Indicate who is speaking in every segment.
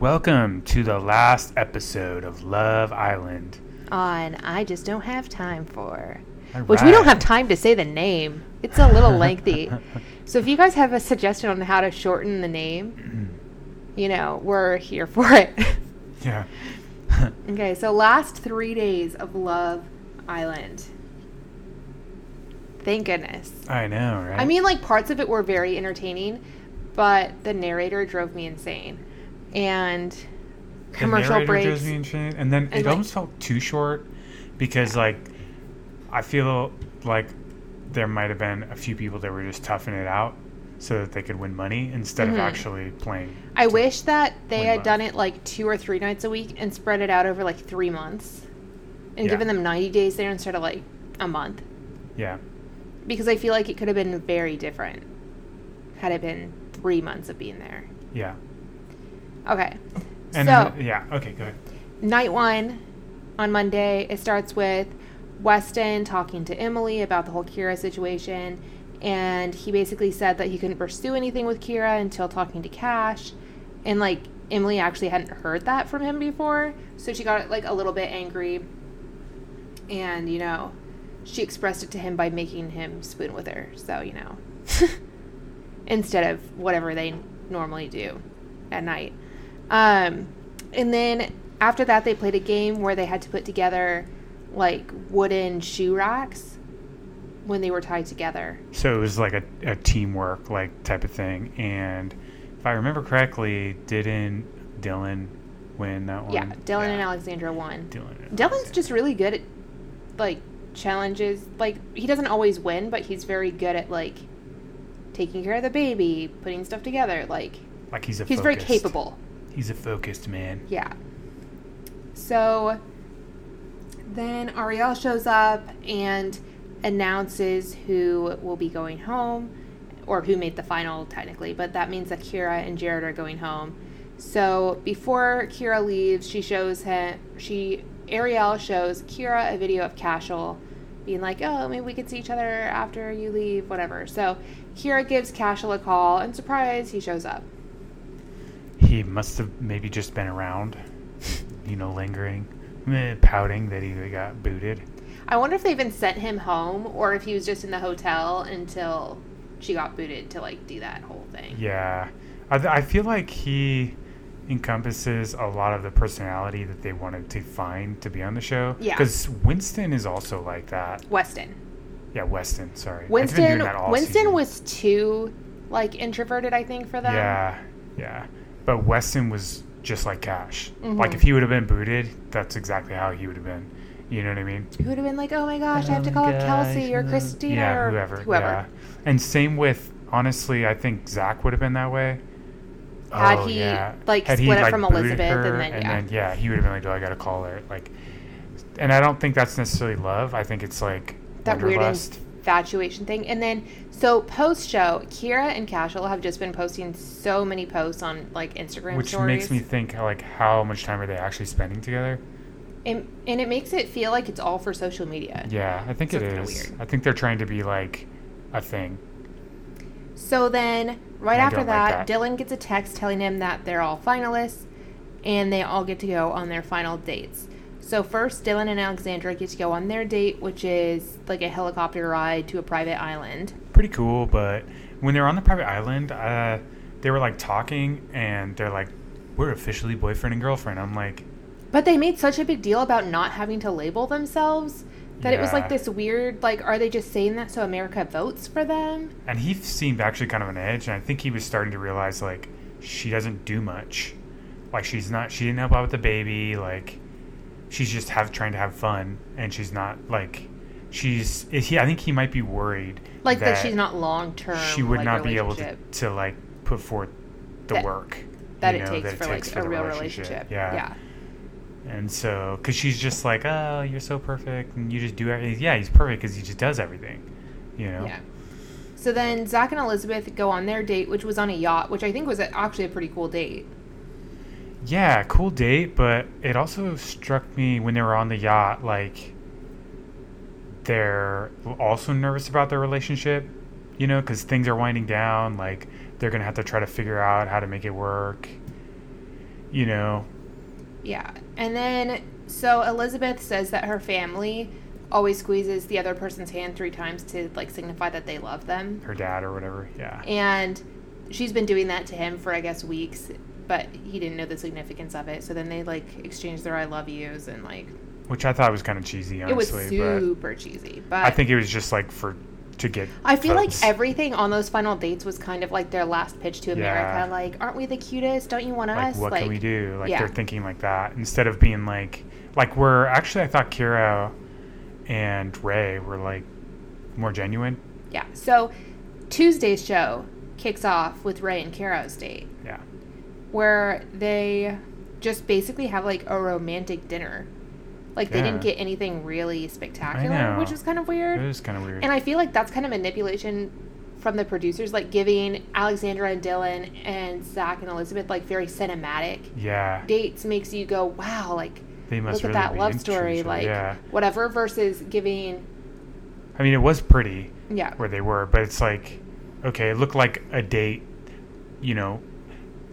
Speaker 1: Welcome to the last episode of Love Island.
Speaker 2: on I Just Don't Have Time For.
Speaker 1: All
Speaker 2: Which we don't
Speaker 1: right.
Speaker 2: have time to say the name. It's a little lengthy. So if you guys have a suggestion on how to shorten the name, you know, we're here for it.
Speaker 1: Yeah.
Speaker 2: okay, so last three days of Love Island. Thank goodness.
Speaker 1: I know, right?
Speaker 2: I mean, like parts of it were very entertaining, but the narrator drove me insane. And
Speaker 1: The
Speaker 2: commercial
Speaker 1: narrator
Speaker 2: breaks.
Speaker 1: drives me insane, and then it
Speaker 2: like-
Speaker 1: almost felt too short because, like, I feel like there might have been a few people that were just toughing it out so that they could win money instead of actually playing.
Speaker 2: Mm-hmm. I wish that they
Speaker 1: Win
Speaker 2: had
Speaker 1: both.
Speaker 2: done it like two or three nights a week and spread it out over like three months and
Speaker 1: Yeah.
Speaker 2: given them 90 days there instead of like a month
Speaker 1: Yeah.
Speaker 2: because I feel like it could have been very different had it been three months of being there.
Speaker 1: Yeah.
Speaker 2: Okay.
Speaker 1: And
Speaker 2: so,
Speaker 1: yeah. Okay. Go ahead.
Speaker 2: night one on Monday, it starts with Weston talking to Emily about the whole Kira situation. And he basically said that he couldn't pursue anything with Kira until talking to Cash. And like Emily actually hadn't heard that from him before. So she got like a little bit angry. And, you know, she expressed it to him by making him spoon with her. So, you know, instead of whatever they normally do at night. Um, and then after that, they played a game where they had to put together like wooden shoe racks when they were tied together.
Speaker 1: So it was like a, a teamwork like type of thing. And if I remember correctly, didn't Dylan win that one?
Speaker 2: Yeah, Dylan and
Speaker 1: Yeah.
Speaker 2: Alexandra won.
Speaker 1: Dylan. and
Speaker 2: Dylan's just really good at like challenges. Like he doesn't always win, but he's very good at like taking care of the baby, putting stuff together. Like
Speaker 1: like he's a
Speaker 2: he's very
Speaker 1: focused-
Speaker 2: capable.
Speaker 1: He's a focused man.
Speaker 2: Yeah. So then Ariel shows up and announces who will be going home, or who made the final technically, but that means that Kira and Jared are going home. So before Kira leaves, she shows him she Ariel shows Kira a video of Cashel being like, Oh, maybe we could see each other after you leave, whatever. So Kira gives Cashel a call and surprise, he shows up.
Speaker 1: He must have maybe just been around, you know, lingering, eh, pouting that he got booted.
Speaker 2: I wonder if they even sent him home or if he was just in the hotel until she got booted to like do that whole thing.
Speaker 1: Yeah, I, th- I feel like he encompasses a lot of the personality that they wanted to find to be on the show.
Speaker 2: Yeah.
Speaker 1: because Winston is also like that.
Speaker 2: Weston.
Speaker 1: Yeah, Weston. Sorry, I've been doing
Speaker 2: Winston
Speaker 1: that all
Speaker 2: Winston
Speaker 1: season.
Speaker 2: was too like introverted, I think, for them.
Speaker 1: Yeah, yeah, but Weston was just like Cash.
Speaker 2: Mm-hmm.
Speaker 1: Like if he would have been booted, that's exactly how he would have been. You know what I mean?
Speaker 2: Who would have been like, Oh my gosh, I have to
Speaker 1: Oh
Speaker 2: call
Speaker 1: my
Speaker 2: up
Speaker 1: gosh,
Speaker 2: Kelsey or
Speaker 1: no.
Speaker 2: Christina
Speaker 1: yeah,
Speaker 2: or
Speaker 1: whoever, Yeah. And same with honestly, I think Zach would have been that way. Oh,
Speaker 2: Had he, like, split it from
Speaker 1: booted
Speaker 2: Elizabeth and then-
Speaker 1: and
Speaker 2: yeah.
Speaker 1: then yeah, he would have been like, "Oh, I gotta call her." Like, and I don't think that's necessarily love. I think it's like
Speaker 2: That weird
Speaker 1: wanderlust.
Speaker 2: infatuation thing. And then so post show, Kira and Cashel have just been posting so many posts on like Instagram
Speaker 1: which
Speaker 2: stories.
Speaker 1: makes me think like, how much time are they actually spending together?
Speaker 2: and, and it makes it feel like it's all for social media.
Speaker 1: Yeah, I think
Speaker 2: So
Speaker 1: it
Speaker 2: it's kinda
Speaker 1: is.
Speaker 2: weird.
Speaker 1: I think they're trying to be like a thing.
Speaker 2: So then, right
Speaker 1: I
Speaker 2: after
Speaker 1: don't like
Speaker 2: that,
Speaker 1: that.
Speaker 2: Dylan gets a text telling him that they're all finalists and they all get to go on their final dates. So, first, Dylan and Alexandra get to go on their date, which is like a helicopter ride to a private island.
Speaker 1: pretty cool. But when they were on the private island, uh, they were like talking, and they're like, "We're officially boyfriend and girlfriend." I'm like,
Speaker 2: But they made such a big deal about not having to label themselves that it was
Speaker 1: Yeah.
Speaker 2: like this weird, like, are they just saying that so America votes for them?
Speaker 1: and he seemed actually kind of an edge, and I think he was starting to realize like she doesn't do much, like she's not, she didn't help out with the baby, like she's just have trying to have fun, and she's not like. She's. He, I think he might be worried.
Speaker 2: Like, that, she's not long term.
Speaker 1: She would
Speaker 2: like,
Speaker 1: not be able to,
Speaker 2: relationship.
Speaker 1: to like put forth the
Speaker 2: That-
Speaker 1: work
Speaker 2: That
Speaker 1: you
Speaker 2: it
Speaker 1: know,
Speaker 2: takes for like a
Speaker 1: the
Speaker 2: real relationship.
Speaker 1: Yeah. And so, because she's just like, oh, you're so perfect, and you just do everything. Yeah, he's perfect because he just does everything, you know?
Speaker 2: Yeah. So then Zach and Elizabeth go on their date, which was on a yacht, which I think was a- actually a pretty cool date.
Speaker 1: Yeah, cool date, but it also struck me when they were on the yacht, like, they're also nervous about their relationship, you know, because things are winding down. Like, they're going to have to try to figure out how to make it work. you know,
Speaker 2: Yeah. And then, so Elizabeth says that her family always squeezes the other person's hand three times to like signify that they love them.
Speaker 1: her dad or whatever. Yeah.
Speaker 2: And she's been doing that to him for, I guess, weeks, but he didn't know the significance of it. So then they like exchange their I love yous and like
Speaker 1: Which I thought was kind of cheesy,
Speaker 2: it was
Speaker 1: honestly. but
Speaker 2: super cheesy. But
Speaker 1: I think it was just like for to get.
Speaker 2: I feel
Speaker 1: votes.
Speaker 2: like everything on those final dates was kind of like their last pitch to America.
Speaker 1: Yeah.
Speaker 2: Like, aren't we the cutest? Don't you want
Speaker 1: like
Speaker 2: us?
Speaker 1: what
Speaker 2: like,
Speaker 1: can we do like
Speaker 2: yeah.
Speaker 1: they're thinking like that instead of being like like we're actually i thought kira and ray were like more genuine
Speaker 2: Yeah. So Tuesday's show kicks off with Ray and Caro's date,
Speaker 1: yeah
Speaker 2: where they just basically have like a romantic dinner. Like they didn't
Speaker 1: Yeah.
Speaker 2: get anything really spectacular,
Speaker 1: know.
Speaker 2: which was kind of
Speaker 1: it
Speaker 2: weird.
Speaker 1: was kind of weird
Speaker 2: And I feel like that's kind of manipulation from the producers, like giving Alexandra and Dylan and Zach and Elizabeth like very cinematic
Speaker 1: yeah
Speaker 2: dates makes you go, wow, like
Speaker 1: they must
Speaker 2: look at
Speaker 1: really
Speaker 2: that
Speaker 1: be
Speaker 2: love
Speaker 1: into each
Speaker 2: story,
Speaker 1: other.
Speaker 2: like
Speaker 1: yeah
Speaker 2: whatever, versus giving,
Speaker 1: i mean it was pretty
Speaker 2: yeah,
Speaker 1: where they were but it's like okay it looked like a date you know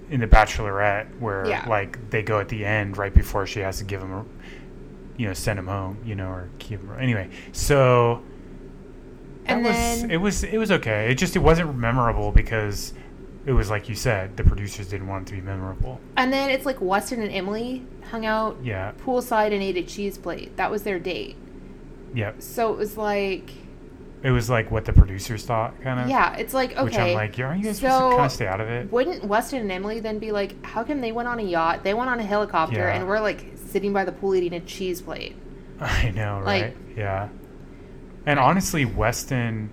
Speaker 1: in the bachelorette where
Speaker 2: Yeah.
Speaker 1: like they go at the end right before she has to give him a you know send him home you know or keep him anyway so That
Speaker 2: and
Speaker 1: was
Speaker 2: then
Speaker 1: it was it was okay. It just it wasn't memorable because it was like you said, the producers didn't want it to be memorable.
Speaker 2: and then it's like Weston and Emily hung out
Speaker 1: Yeah.
Speaker 2: poolside and ate a cheese plate. That was their date.
Speaker 1: Yeah.
Speaker 2: So it was like,
Speaker 1: It was like what the producers thought kind of.
Speaker 2: yeah, it's like okay.
Speaker 1: Which I'm like, yeah, aren't you guys supposed to
Speaker 2: so
Speaker 1: kind of stay out of it?
Speaker 2: Wouldn't Weston and Emily then be like, how come they went on a yacht, they went on a helicopter,
Speaker 1: Yeah.
Speaker 2: and we're like sitting by the pool eating a cheese plate?
Speaker 1: I know,
Speaker 2: like-
Speaker 1: right? yeah. And honestly, Weston,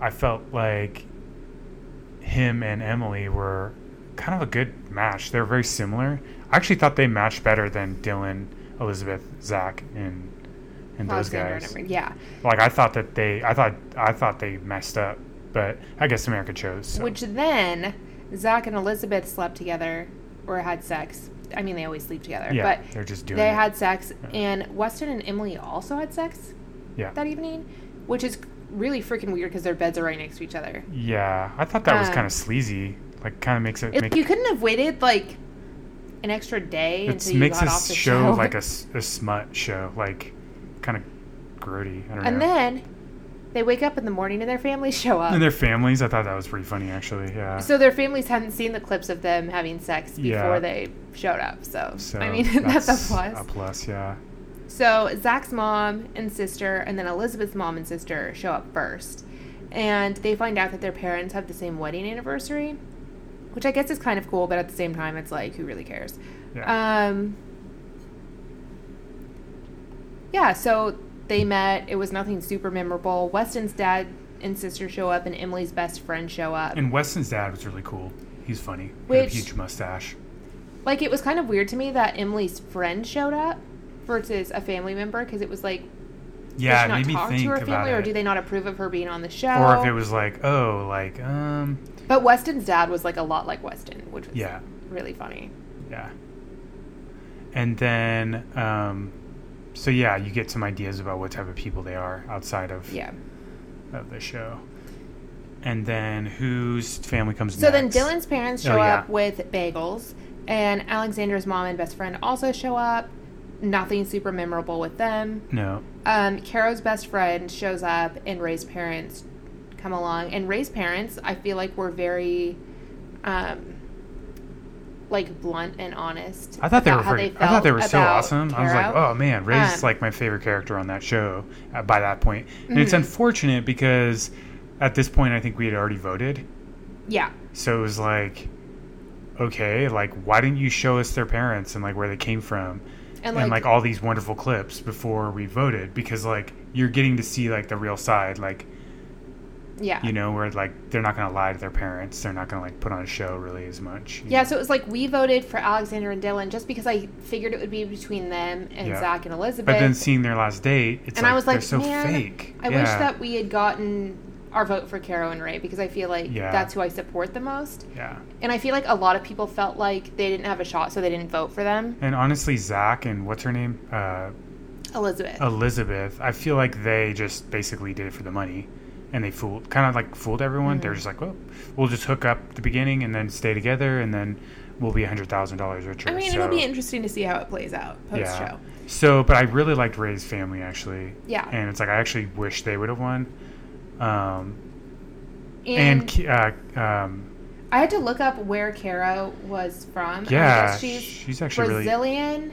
Speaker 1: I felt like him and Emily were kind of a good match. They're very similar. I actually thought they matched better than Dylan, Elizabeth, Zach, and and those
Speaker 2: Alexander and
Speaker 1: guys.
Speaker 2: Emily- Yeah.
Speaker 1: Like I thought that they, I thought, I thought they messed up, but I guess America chose. So.
Speaker 2: Which then Zach and Elizabeth slept together or had sex. I mean, they always sleep together,
Speaker 1: yeah,
Speaker 2: but
Speaker 1: they're just doing.
Speaker 2: they
Speaker 1: it.
Speaker 2: had sex, and Weston and Emily also had sex
Speaker 1: yeah,
Speaker 2: that evening, which is really freaking weird because their beds are right next to each other.
Speaker 1: yeah. I thought that was
Speaker 2: Um,
Speaker 1: kind of sleazy. Like, kind of makes it.
Speaker 2: It,
Speaker 1: make,
Speaker 2: you couldn't have waited like an extra day
Speaker 1: it
Speaker 2: until you
Speaker 1: makes
Speaker 2: got
Speaker 1: this
Speaker 2: off the
Speaker 1: show, like a, s- a smut show, like kind of grody. I don't
Speaker 2: and
Speaker 1: know.
Speaker 2: then they wake up in the morning and their families show up.
Speaker 1: and their families, I thought that was pretty funny, actually. Yeah.
Speaker 2: so their families hadn't seen the clips of them having sex before
Speaker 1: Yeah.
Speaker 2: they showed up. So,
Speaker 1: so
Speaker 2: I mean, that's, a plus.
Speaker 1: A plus, yeah.
Speaker 2: So Zach's mom and sister, and then Elizabeth's mom and sister show up first, and they find out that their parents have the same wedding anniversary, which I guess is kind of cool, but at the same time, it's like who really cares?
Speaker 1: Yeah.
Speaker 2: Um, yeah. So they met. It was nothing super memorable. Weston's dad and sister show up, and Emily's best friend show up.
Speaker 1: and Weston's dad was really cool. He's funny. He had a
Speaker 2: Which-
Speaker 1: huge mustache.
Speaker 2: Like it was kind of weird to me that Emily's friend showed up versus a family member because it was like
Speaker 1: Yeah,
Speaker 2: does
Speaker 1: it made
Speaker 2: she
Speaker 1: me
Speaker 2: not talk
Speaker 1: think
Speaker 2: to her
Speaker 1: about
Speaker 2: family, or
Speaker 1: it.
Speaker 2: do they not approve of her being on the show?
Speaker 1: or if it was like, oh, like, um,
Speaker 2: but Weston's dad was like a lot like Weston, which was
Speaker 1: yeah,
Speaker 2: really funny.
Speaker 1: yeah. And then, um, so yeah, you get some ideas about what type of people they are outside of,
Speaker 2: Yeah.
Speaker 1: of the show. And then whose family comes
Speaker 2: So
Speaker 1: next?
Speaker 2: then Dylan's parents show
Speaker 1: Oh, yeah.
Speaker 2: up with bagels, and Alexander's mom and best friend also show up. Nothing super memorable with them.
Speaker 1: No.
Speaker 2: Um, Caro's best friend shows up, and Ray's parents come along. And Ray's parents, I feel like, were very. Um, like blunt and honest.
Speaker 1: I thought they
Speaker 2: about
Speaker 1: were
Speaker 2: how
Speaker 1: pretty,
Speaker 2: they
Speaker 1: I thought they
Speaker 2: felt
Speaker 1: were so
Speaker 2: about
Speaker 1: awesome. I was like,
Speaker 2: Caro.
Speaker 1: oh man, Ray's
Speaker 2: Um,
Speaker 1: like my favorite character on that show uh, by that point. And it's
Speaker 2: Mhm.
Speaker 1: unfortunate because at this point, I think we had already voted.
Speaker 2: yeah,
Speaker 1: So it was like, okay, like why didn't you show us their parents and like where they came from and, like, all these wonderful clips before we voted because like you're getting to see like the real side, like
Speaker 2: yeah,
Speaker 1: you know where like they're not gonna lie to their parents, they're not gonna like put on a show really as much. you
Speaker 2: Yeah,
Speaker 1: know?
Speaker 2: so it was like we voted for Alexander and Dylan just because I figured it would be between them and
Speaker 1: Yeah.
Speaker 2: Zach and Elizabeth.
Speaker 1: But then seeing their last date, it's
Speaker 2: and
Speaker 1: like,
Speaker 2: I was like,
Speaker 1: they're so
Speaker 2: man,
Speaker 1: fake.
Speaker 2: I
Speaker 1: yeah.
Speaker 2: wish that we had gotten our vote for Caro and Ray because I feel like
Speaker 1: Yeah.
Speaker 2: that's who I support the most.
Speaker 1: Yeah.
Speaker 2: And I feel like a lot of people felt like they didn't have a shot, so they didn't vote for them.
Speaker 1: And honestly, Zach and what's her name? Uh,
Speaker 2: Elizabeth.
Speaker 1: Oh, Elizabeth, I feel like they just basically did it for the money. And they
Speaker 2: Mm.
Speaker 1: fooled, kind of like fooled everyone. They're just like, well, we'll just hook up at the beginning and then stay together. And then will be $100,000 richer.
Speaker 2: I mean,
Speaker 1: so,
Speaker 2: it'll be interesting to see how it plays out post
Speaker 1: yeah.
Speaker 2: show.
Speaker 1: So, but I really liked Ray's family actually.
Speaker 2: Yeah.
Speaker 1: And it's like, I actually wish they would have won. Um,
Speaker 2: And,
Speaker 1: and, Ki uh, um,
Speaker 2: I had to look up where Kara was from. I
Speaker 1: yeah,
Speaker 2: guess
Speaker 1: she's,
Speaker 2: she's
Speaker 1: actually really,
Speaker 2: Brazilian,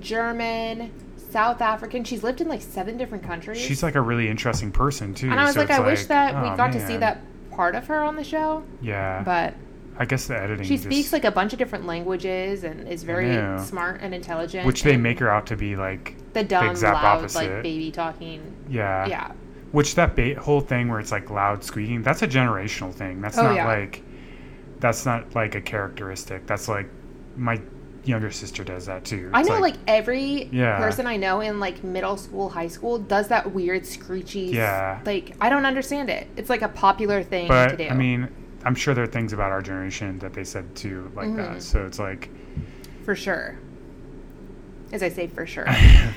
Speaker 2: German, South African. She's lived in like seven different countries.
Speaker 1: she's like a really interesting person too.
Speaker 2: and I was
Speaker 1: so
Speaker 2: like,
Speaker 1: it's
Speaker 2: I wish that we
Speaker 1: oh,
Speaker 2: got to see
Speaker 1: man.
Speaker 2: that part of her on the show,
Speaker 1: Yeah.
Speaker 2: but
Speaker 1: I guess the editing.
Speaker 2: she
Speaker 1: just-
Speaker 2: speaks like a bunch of different languages and is
Speaker 1: know.
Speaker 2: very smart and intelligent.
Speaker 1: which they
Speaker 2: and
Speaker 1: make her out to be like,
Speaker 2: the dumb,
Speaker 1: exact
Speaker 2: loud,
Speaker 1: opposite.
Speaker 2: like baby talking.
Speaker 1: yeah,
Speaker 2: Yeah,
Speaker 1: Which that ba- whole thing where it's like loud squeaking, that's a generational thing. That's
Speaker 2: Oh,
Speaker 1: not
Speaker 2: yeah.
Speaker 1: like, that's not like a characteristic. That's like, my younger sister does that too.
Speaker 2: I
Speaker 1: It's
Speaker 2: know like, every
Speaker 1: Yeah.
Speaker 2: person I know in like middle school, high school does that weird screechy.
Speaker 1: Yeah.
Speaker 2: like I don't understand it. It's like a popular thing to
Speaker 1: but
Speaker 2: do.
Speaker 1: I mean, I'm sure there are things about our generation that they said too, like
Speaker 2: Mm-hmm.
Speaker 1: that. So it's like,
Speaker 2: for sure. As I say, for sure.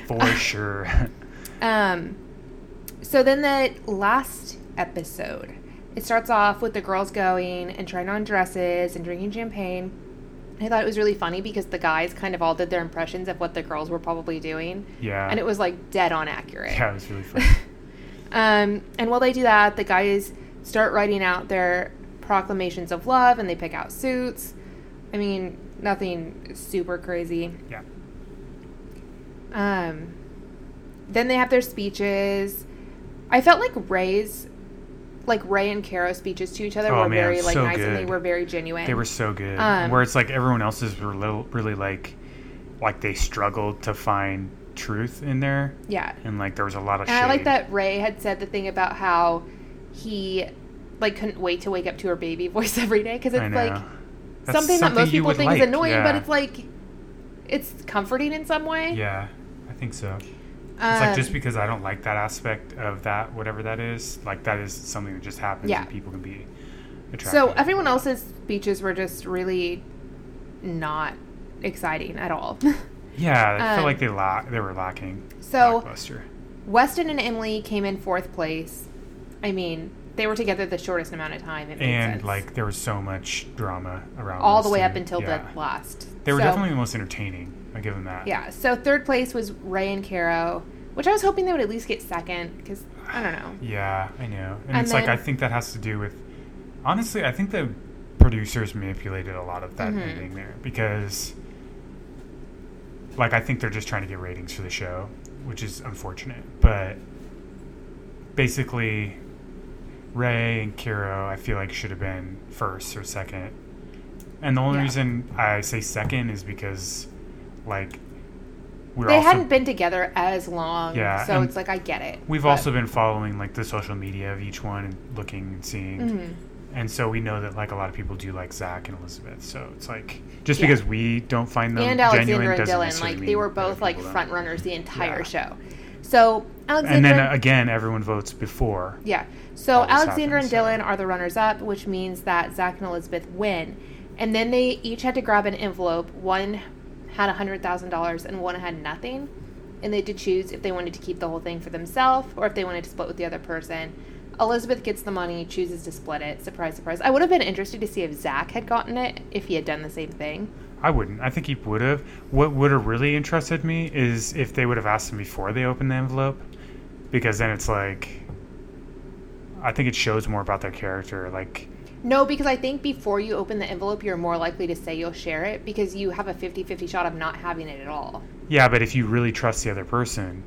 Speaker 1: for sure.
Speaker 2: Um, so then the last episode, it starts off with the girls going and trying on dresses and drinking champagne. I thought it was really funny because the guys kind of all did their impressions of what the girls were probably doing,
Speaker 1: yeah.
Speaker 2: and it was like dead on accurate.
Speaker 1: yeah, it was really fun.
Speaker 2: Um, and while they do that, the guys start writing out their proclamations of love and they pick out suits. I mean, nothing super crazy.
Speaker 1: yeah.
Speaker 2: Um, then they have their speeches. I felt like Ray's, like Ray and Caro's speeches to each other
Speaker 1: Oh,
Speaker 2: were
Speaker 1: man,
Speaker 2: very like
Speaker 1: so
Speaker 2: nice and they
Speaker 1: good.
Speaker 2: were very genuine.
Speaker 1: They were so good.
Speaker 2: Um,
Speaker 1: Where it's like everyone else's were little, really like, like they struggled to find truth in there,
Speaker 2: yeah,
Speaker 1: and like there was a lot of.
Speaker 2: and I like
Speaker 1: shade.
Speaker 2: that Ray had said the thing about how he like couldn't wait to wake up to her baby voice every day because it's
Speaker 1: I know.
Speaker 2: like
Speaker 1: That's
Speaker 2: something, that most
Speaker 1: you
Speaker 2: people
Speaker 1: would
Speaker 2: think
Speaker 1: like,
Speaker 2: is annoying, but
Speaker 1: yeah.
Speaker 2: it's like it's comforting in some way.
Speaker 1: yeah, I think so.
Speaker 2: um,
Speaker 1: It's like just because I don't like that aspect of that, whatever that is, like that is something that just happens
Speaker 2: Yeah.
Speaker 1: and people can be attracted.
Speaker 2: So everyone else's speeches were just really not exciting at all.
Speaker 1: yeah, I
Speaker 2: um,
Speaker 1: feel like they lack, they were lacking.
Speaker 2: So-
Speaker 1: blockbuster.
Speaker 2: Weston and Emily came in fourth place. I mean, they were together the shortest amount of time. It made
Speaker 1: and
Speaker 2: sense.
Speaker 1: like there was so much drama around
Speaker 2: all the
Speaker 1: this
Speaker 2: way
Speaker 1: thing.
Speaker 2: up until
Speaker 1: yeah.
Speaker 2: the last.
Speaker 1: They were
Speaker 2: So,
Speaker 1: definitely the most entertaining. I give them that.
Speaker 2: yeah. So third place was Ray and Caro, which I was hoping they would at least get second because I don't know.
Speaker 1: Yeah, I know. And,
Speaker 2: And
Speaker 1: it's like
Speaker 2: then-
Speaker 1: I think that has to do with honestly, I think the producers manipulated a lot of that
Speaker 2: Mhm.
Speaker 1: ending there because like I think they're just trying to get ratings for the show, which is unfortunate. But basically Ray and Kiro I feel like should have been first or second. And the only
Speaker 2: Yeah.
Speaker 1: reason I say second is because like we're
Speaker 2: They
Speaker 1: also
Speaker 2: hadn't been together as long,
Speaker 1: Yeah,
Speaker 2: so
Speaker 1: and
Speaker 2: it's like I get it.
Speaker 1: We've
Speaker 2: but-
Speaker 1: also been following like the social media of each one and looking and seeing,
Speaker 2: Mhm.
Speaker 1: and so we know that like a lot of people do like Zach and Elizabeth. So it's like just
Speaker 2: Yeah.
Speaker 1: because we don't find them genuine
Speaker 2: and Alexander and
Speaker 1: doesn't
Speaker 2: Dylan,
Speaker 1: necessarily
Speaker 2: like they
Speaker 1: mean
Speaker 2: were
Speaker 1: other
Speaker 2: both like
Speaker 1: people don't.
Speaker 2: front runners the entire
Speaker 1: Yeah.
Speaker 2: show. So Alexander
Speaker 1: And then uh, again, everyone votes before.
Speaker 2: Yeah. So
Speaker 1: Always
Speaker 2: Alexander
Speaker 1: happens,
Speaker 2: and Dylan
Speaker 1: so-
Speaker 2: are the runners up, which means that Zach and Elizabeth win. And then they each had to grab an envelope. One had $100,000 and one had nothing. And they had to choose if they wanted to keep the whole thing for themselves or if they wanted to split with the other person. Elizabeth gets the money, chooses to split it. Surprise, surprise. I would have been interested to see if Zach had gotten it, if he had done the same thing.
Speaker 1: I wouldn't. I think he would have. What would have really interested me is if they would have asked him before they opened the envelope, because then it's like, I think it shows more about their character. Like,
Speaker 2: No, because I think before you open the envelope, you're more likely to say you'll share it because you have a 50 50 shot of not having it at all.
Speaker 1: Yeah, but if you really trust the other person,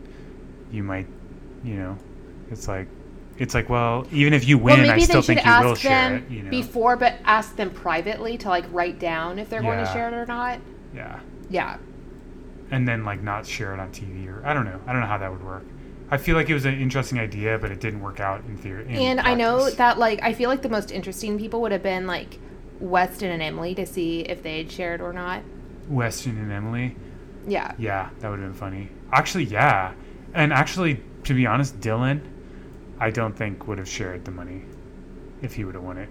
Speaker 1: you might, you know, it's like, it's like, well, even if you win, I still think you will share
Speaker 2: them
Speaker 1: it. You know,
Speaker 2: before, but ask them privately to like write down if they're going to
Speaker 1: Yeah.
Speaker 2: share it or not.
Speaker 1: yeah,
Speaker 2: Yeah,
Speaker 1: and then like not share it on TV or I don't know, I don't know how that would work. I feel like it was an interesting idea, but it didn't work out in theory. In
Speaker 2: and I know
Speaker 1: practice.
Speaker 2: that like I feel like the most interesting people would have been like Weston and Emily to see if they had shared or not.
Speaker 1: Weston and Emily.
Speaker 2: Yeah,
Speaker 1: Yeah, that would have been funny. Actually, yeah, and actually, to be honest, Dylan, I don't think would have shared the money if he would have won it.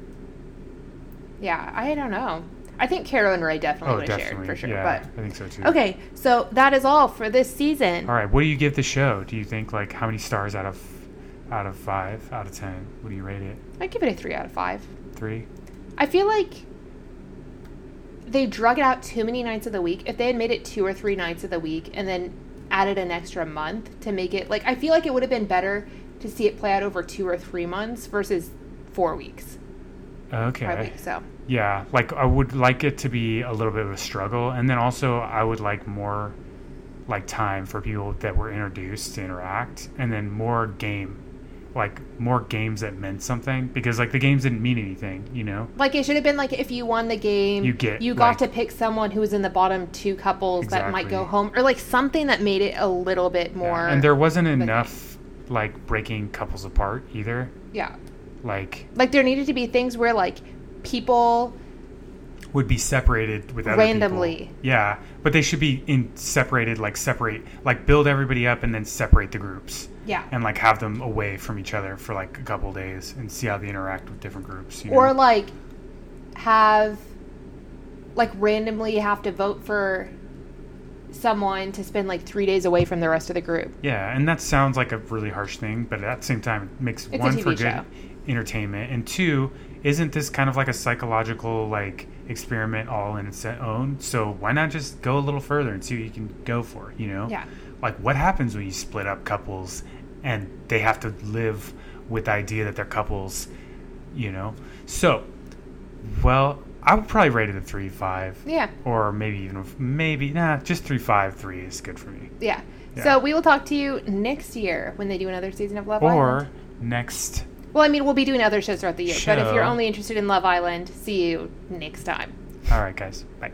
Speaker 2: yeah. I don't know. I think Carol and Ray definitely
Speaker 1: Oh,
Speaker 2: would have
Speaker 1: definitely.
Speaker 2: shared for sure.
Speaker 1: Yeah, I think so too.
Speaker 2: But okay, so that is all for this season.
Speaker 1: All right, what do you give the show? Do you think like how many stars out of out of five, out of ten? What do you rate it?
Speaker 2: I give it a three out of five.
Speaker 1: Three?
Speaker 2: I feel like they drug it out too many nights of the week. If they had made it two or three nights of the week and then added an extra month to make it like I feel like it would have been better to see it play out over two or three months versus four weeks.
Speaker 1: Okay.
Speaker 2: Probably so.
Speaker 1: Yeah, like I would like it to be a little bit of a struggle, and then also I would like more, like time for people that were introduced to interact, and then more game, like more games that meant something because like the games didn't mean anything, you know.
Speaker 2: Like it should have been like if you won the game,
Speaker 1: You get,
Speaker 2: you got
Speaker 1: like-
Speaker 2: to pick someone who was in the bottom two couples that might go
Speaker 1: Exactly.
Speaker 2: home, or like something that made it a little bit
Speaker 1: Yeah,
Speaker 2: more.
Speaker 1: And there wasn't enough like breaking couples apart either.
Speaker 2: yeah,
Speaker 1: Like
Speaker 2: like there needed to be things where like people
Speaker 1: would be separated with other
Speaker 2: Randomly.
Speaker 1: people. Yeah, but they should be in separated, like separate, like build everybody up and then separate the groups
Speaker 2: yeah
Speaker 1: and like have them away from each other for like a couple days and see how they interact with different groups. You
Speaker 2: or
Speaker 1: know?
Speaker 2: like have like randomly have to vote for someone to spend like three days away from the rest of the group
Speaker 1: yeah, and that sounds like a really harsh thing, but at the same time, it makes
Speaker 2: a
Speaker 1: one for
Speaker 2: TV
Speaker 1: good
Speaker 2: show.
Speaker 1: entertainment and two, isn't this kind of like a psychological like experiment all in its own? So why not just go a little further and see what you can go for? You know?
Speaker 2: yeah
Speaker 1: like what happens when you split up couples and they have to live with the idea that they're couples you know so well i would probably rate it a 3-5
Speaker 2: yeah
Speaker 1: or maybe even maybe nah just 3-5-3 is good for me
Speaker 2: yeah
Speaker 1: Yeah.
Speaker 2: so we will talk to you next year when they do another season of love
Speaker 1: or
Speaker 2: island
Speaker 1: next
Speaker 2: well i mean we'll be doing other shows throughout the year but if you're
Speaker 1: Show.
Speaker 2: only interested in love island see you next time
Speaker 1: all right guys bye